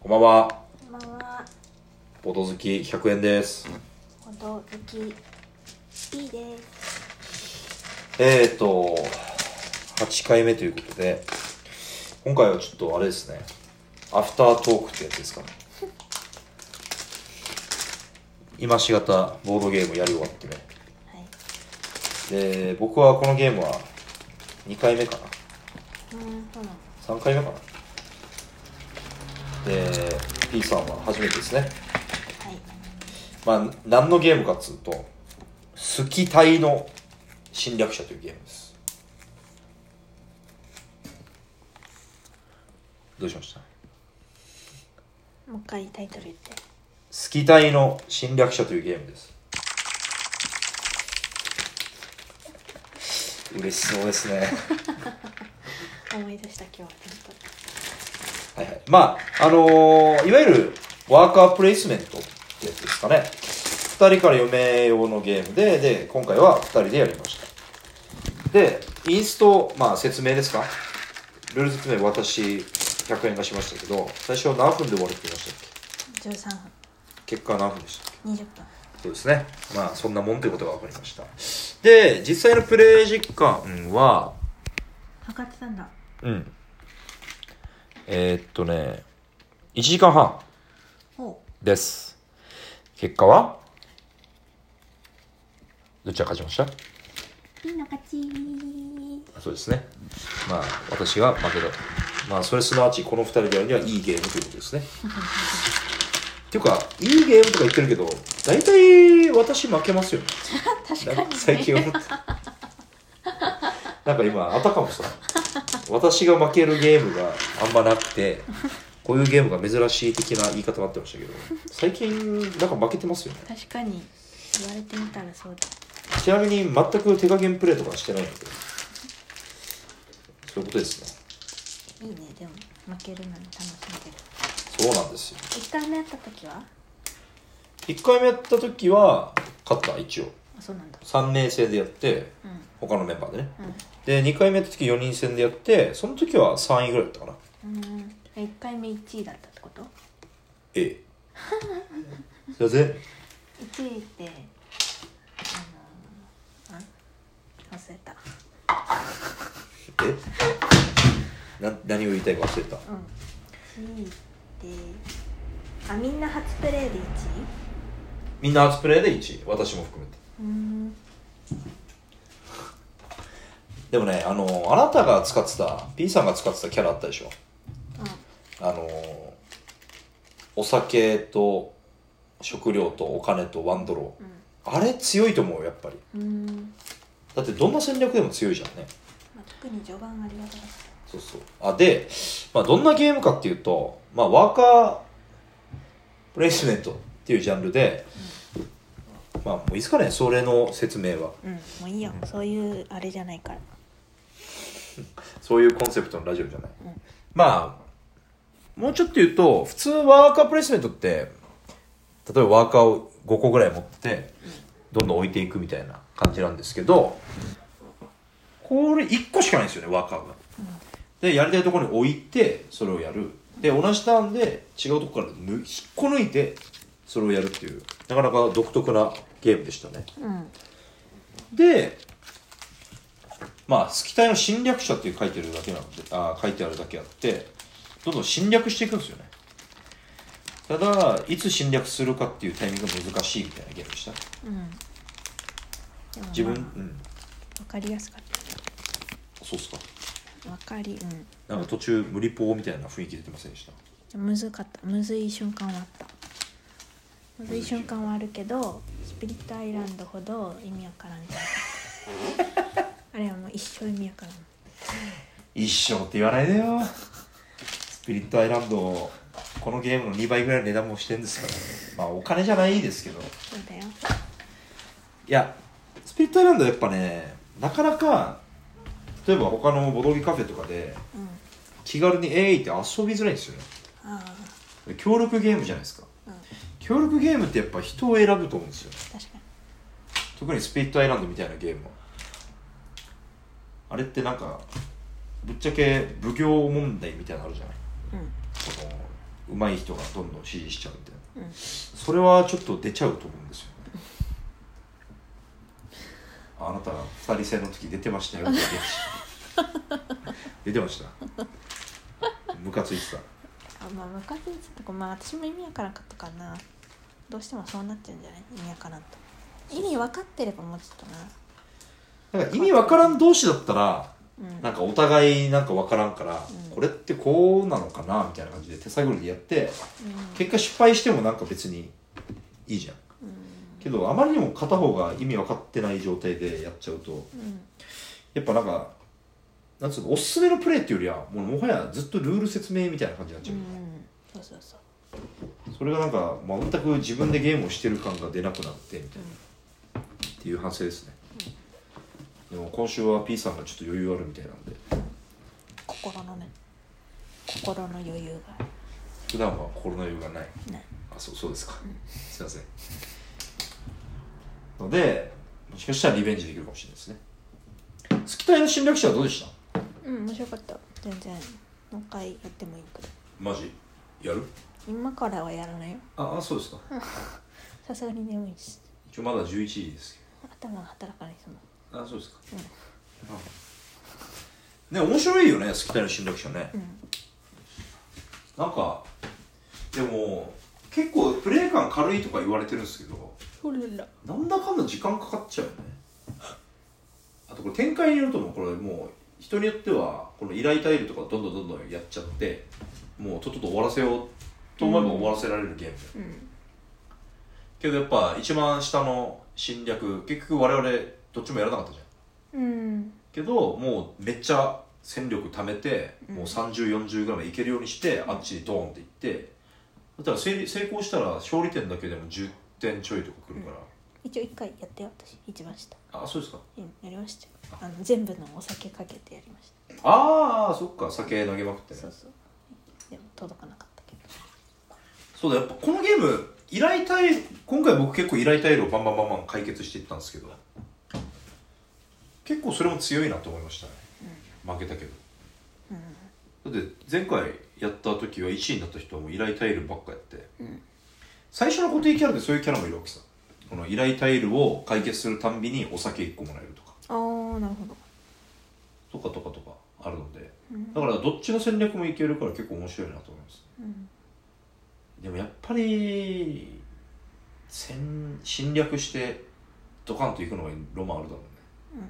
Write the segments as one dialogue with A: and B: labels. A: こんばんは。
B: こんばんは、
A: ポト好き100円です。
B: ほど好き B です。
A: えーと、8回目ということで、今回はちょっとあれですね、アフタートークってやつですかね。今しがたボードゲームやり終わってね。
B: はい。
A: で、僕はこのゲームは2回目かな。
B: うーん、そうなの。
A: 3回目かな。で、P さんは初めてですね。
B: はい。
A: まあ、何のゲームかっつうと、スキ隊の侵略者というゲームです。どうしました
B: もう一回タイトル言って。
A: スキ隊の侵略者というゲームです。嬉しそうですね。
B: 思い出した今日ちょっ
A: はいはい。まあ、あのーいわゆるワーカープレイスメントってやつですかね。二人から嫁用のゲームで、で、今回は二人でやりました。で、インスト、まあ説明ですかルール説明私100円がしましたけど、最初何分で終わるって言いましたっ
B: と13分
A: け結果は何分でしたっけ
B: 20分
A: そうですね。まあ、そんなもんということが分かりました。で、実際のプレイ時間は、
B: 測ってたんだ
A: うん。えーっとね、1時間半。
B: お
A: です。結果はどっちが勝ちました
B: B の勝ち
A: そうですね。まあ、私が負けた。まあ、それすなわち、この二人でやるにはいいゲームということですね。 っていうか、いいゲームとか言ってるけど、大体私負けますよね。
B: 確
A: なん
B: か
A: か
B: に、ね、
A: 最近思 った。なんか今、あたかもさ、私が負けるゲームがあんまなく て、こういうゲームが珍しい的な言い方になってましたけど、最近、なんか負けてますよね。
B: 確かに言われてみたらそうだ
A: ちなみに全く手加減プレイとかはしてないのでそういうことですね
B: いいねでも負けるのに楽しんで
A: そ
B: る
A: うなんですよ
B: 1回目やった時は
A: 1回目やった時は勝った一応
B: あそうなんだ
A: 3名制でやって
B: うん
A: 他のメンバーでね
B: う
A: で2回目やった時4人戦でやってその時は3位ぐらいだったかなん
B: うん1回目1位だったってこと
A: え えだぜ
B: 1位ってあのあ忘れた
A: えな何を言いたいか忘れた
B: うん1位ってあみんな初プレイで1位
A: みんな初プレイで1位私も含めて
B: うん
A: でもねあのあなたが使ってた P さんが使ってたキャラあったでしょ
B: あ
A: あのお酒と食料とお金とワンドロ
B: う
A: ーあれ強いと思うよやっぱり
B: んうん、
A: だってどんな戦略でも強いじゃんね
B: まあ、特に序盤ありがたかっ
A: そうそうあで、まあ、どんなゲームかっていうと、まあ、ワーカープレイスメントっていうジャンルで、まあもういいですかねそれの説明は
B: たうんもういいよそういうあれじゃないから
A: そういうコンセプトのラジオじゃない、
B: うん
A: まあもうちょっと言うと普通ワーカープレイスメントって例えばワーカーを5個ぐらい持ってどんどん置いていくみたいな感じなんですけどこれ1個しかないんですよねワーカーが、でやりたいところに置いてそれをやるで同じターンで違うとこからぬ引っこ抜いてそれをやるっていうなかなか独特なゲームでしたね
B: うん
A: で、まあ、スキタイの侵略者っていう書いてるだけなので、あー書いてあるだけあって、どんどん侵略していくんですよね。ただ、いつ侵略するかっていうタイミングが難しいみたいなゲームでした。
B: うんでも
A: 自分、う
B: ま
A: ん、
B: あわかりやすかっ
A: そうっすか。
B: たわかりうん
A: なんか途中、無理ポーみたいな雰囲気出てませんでした。
B: むずかったむずい瞬間はあったむずい瞬間はあるけどスピリットアイランドほど意味わからんかったあれはもう一生意味わからん
A: 一生って言わないでよ。 スピリットアイランド、このゲームの2倍ぐらいの値段もしてんですから、ね、まあ、お金じゃないですけど。
B: そうだよ
A: いやスピリットアイランドはやっぱねなかなか例えば他のボドゲカフェとかで
B: うん
A: 気軽に「えい!」って遊びづらいんですよ
B: ああ
A: ね協力ゲームじゃないですか
B: うん
A: 協力ゲームってやっぱ人を選ぶと思うんですよ
B: 確かに
A: 特にスピリットアイランドみたいなゲームはあれってなんかぶっちゃけ奉行問題みたいなのあるじゃない
B: うん
A: その上手い人がどんどん支持しちゃうみたいな、
B: うん
A: それはちょっと出ちゃうと思うんですよねあなた二人制の時出てましたよって言ってました出てました ムカついてた
B: あまあムカついてたかまあ私も意味わからんかったかなどうしてもそうなっちゃうんじゃない意味わからんと意味分かってればもうちょっとな
A: なんか意味わからん同士だったら
B: うん
A: なんかお互いなんかわからんから、
B: うん
A: これってこうなのかなみたいな感じで手探りでやって
B: うん
A: 結果失敗してもなんか別にいいじゃんけどあまりにも片方が意味分かってない状態でやっちゃうと
B: うん
A: やっぱなんかなんつうのおすすめのプレーっていうよりはもうもはやずっとルール説明みたいな感じになっち
B: う
A: ゃう、
B: んそうそうそう
A: それがなんかまあ全く自分でゲームをしてる感が出なくなってみたいな
B: うん
A: っていう反省ですね、でも今週は P さんがちょっと余裕あるみたいなんで
B: 心のね心の余裕が
A: 普段は心の余裕がない
B: ない
A: あそうそうですか、すいませんのでもしかしたらリベンジできるかもしれないですね月体の侵略者はどうでした
B: うん面白かった全然もう一回やってもいいけど
A: マジやる
B: 今からはやらないよ
A: ああそうですか
B: さすがに眠いし
A: 一応まだ11時です
B: 頭が働かないその
A: けどあそうですか、
B: うん
A: ね面白いよね月体の侵略者ね、
B: うん
A: なんかでも結構プレイ感軽いとか言われてるんですけど
B: ほら
A: なんだかんだ時間かかっちゃうよねあとこれ展開によるともうこれもう人によってはこの依頼タイルとかどんどんどんどんやっちゃってもうとっとと終わらせようと思えば終わらせられるゲーム、
B: うん
A: けどやっぱ一番下の侵略結局我々どっちもやらなかったじゃん
B: うん
A: けどもうめっちゃ戦力貯めてもう3040ぐらいまでいけるようにして、あっちにドーンっていってだったら成成功したら勝利点だけでも10点ちょいとかくるから、
B: 一応一回やってよ私一番下
A: あそうですか
B: うんやりましたよあの全部のお酒かけてやりまし
A: ああそっか酒投げまくって
B: た
A: ね
B: そうそうでも届かなかったけど
A: そうだやっぱこのゲーム依頼タイル今回僕結構依頼タイルをバンバンバンバン解決していったんですけど結構それも強いなと思いましたね、負けたけど
B: うん
A: だって前回やった時は1位になった人はもう依頼タイルばっかやって、
B: うん
A: 最初の固定キャラでそういうキャラもいるわけさこの依頼タイルを解決するたんびにお酒1個もらえるとか
B: ああなるほど
A: とかとかとかあるので
B: うん
A: だからどっちの戦略もいけるから結構面白いなと思います
B: うん
A: でもやっぱり戦侵略してドカンと行くのがロマンあるだろうね、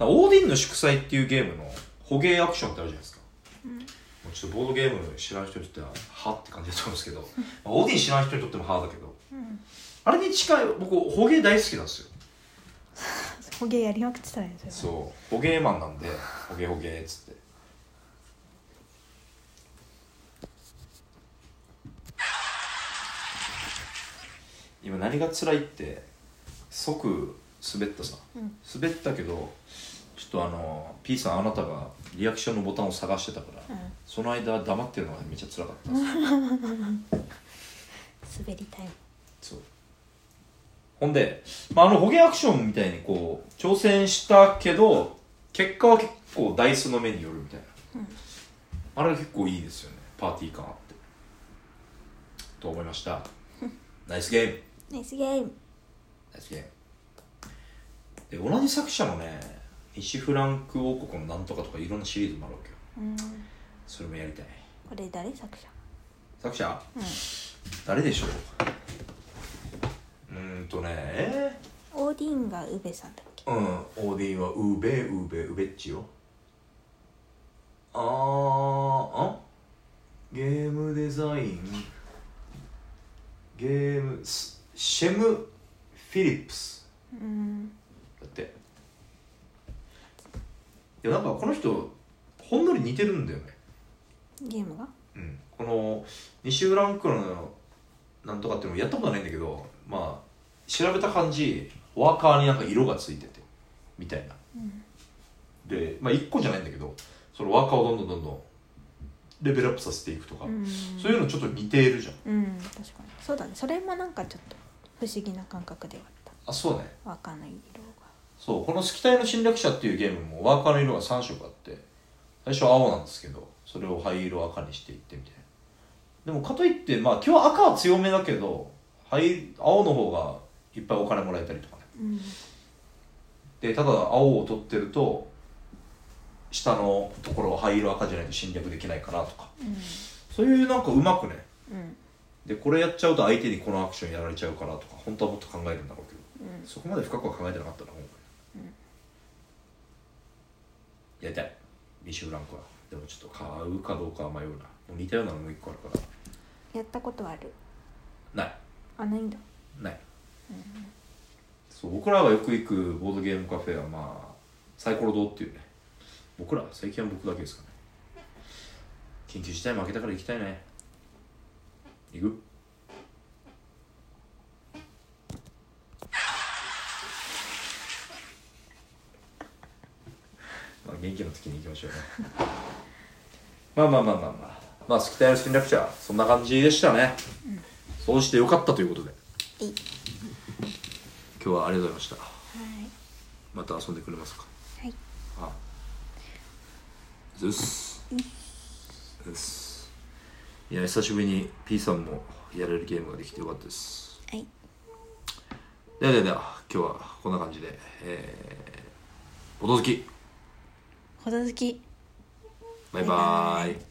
A: だからオーディンの祝祭っていうゲームの捕鯨アクションってあるじゃないですか、
B: うん
A: もうちょっとボードゲーム知らん人にとってははって感じだと思うんですけどまあオーディン知らん人にとってもはだけど
B: うん
A: あれに近い僕捕鯨大好きなんですよ
B: 捕鯨やりまくってたんですよ
A: そう捕鯨マンなんで捕鯨捕鯨っつって今何が辛いって即滑ったさ
B: うん
A: 滑ったけどちょっとあの P さんあなたがリアクションのボタンを探してたから、
B: うん
A: その間黙ってるのがめっちゃ辛かったんですよ
B: 滑りタイム
A: そうほんで、まあ、あの捕鯨アクションみたいにこう挑戦したけど結果は結構ダイスの目によるみたいな、
B: うん
A: あれは結構いいですよねパーティー感あってと思いま したナイスゲーム
B: ナイスゲーム
A: ナイスゲームで同じ作者のね西フランク王国のなんとかとかいろんなシリーズもあるわけよ
B: うん
A: それもやりたい
B: これ誰作者
A: 作者
B: うん
A: 誰でしょううーんとねえー
B: オーディンがウベさんだっけ
A: うん、オーディンはウーベウーベウベッチよあーあゲームデザインゲームスシェム・フィリップス
B: うん
A: だっていやなんかこの人ほんのり似てるんだよね
B: ゲームが
A: うん、この西浦ンクのなんとかっていうのもやったことないんだけどまあ調べた感じワーカーになんか色がついててみたいな、
B: うん
A: でまあ1個じゃないんだけどそのワーカーをどんどんどんどんレベルアップさせていくとか、
B: うん
A: そういうのちょっと似ているじゃん
B: うん確かにそうだねそれもなんかちょっと不思議な感覚ではあっ
A: あそうね
B: たわかんない色が
A: そうこの「スキタイの侵略者」っていうゲームもワーカーの色が3色あって最初は青なんですけどそれを灰色を赤にしていってみたいなでもかといってまあ今日赤は強めだけどはい青の方がいっぱいお金もらえたりとかね
B: うん
A: でただ青を取ってると下のところは灰色赤じゃないと侵略できないかなとかそういうなんかうまくね
B: うんうん
A: でこれやっちゃうと相手にこのアクションやられちゃうからとか本当はもっと考えるんだろうけど
B: うん
A: そこまで深くは考えてなかったな今回、やりたいビシュブランクはでもちょっと買うかどうかは迷うなもう似たようなのもう一個あるか
B: やったことはある
A: らない
B: あないんだ
A: ない、そう僕らがよく行くボードゲームカフェはまあサイコロ堂っていうね僕ら最近は僕だけですかね緊急事態負けたから行きたいね行く まあ元気の時に行きましょうね まあまあまあまあまあまあ好きたいの戦略者そんな感じでしたね、そうしてよかったということで
B: いい
A: 今日はありがとうございました
B: はい
A: また遊んでくれますか
B: はい
A: あうっすうっすいや久しぶりに P さんもやれるゲームができてよかったです
B: はい
A: ではではでは今日はこんな感じでえー、お届き
B: ほど好き
A: バイバーイ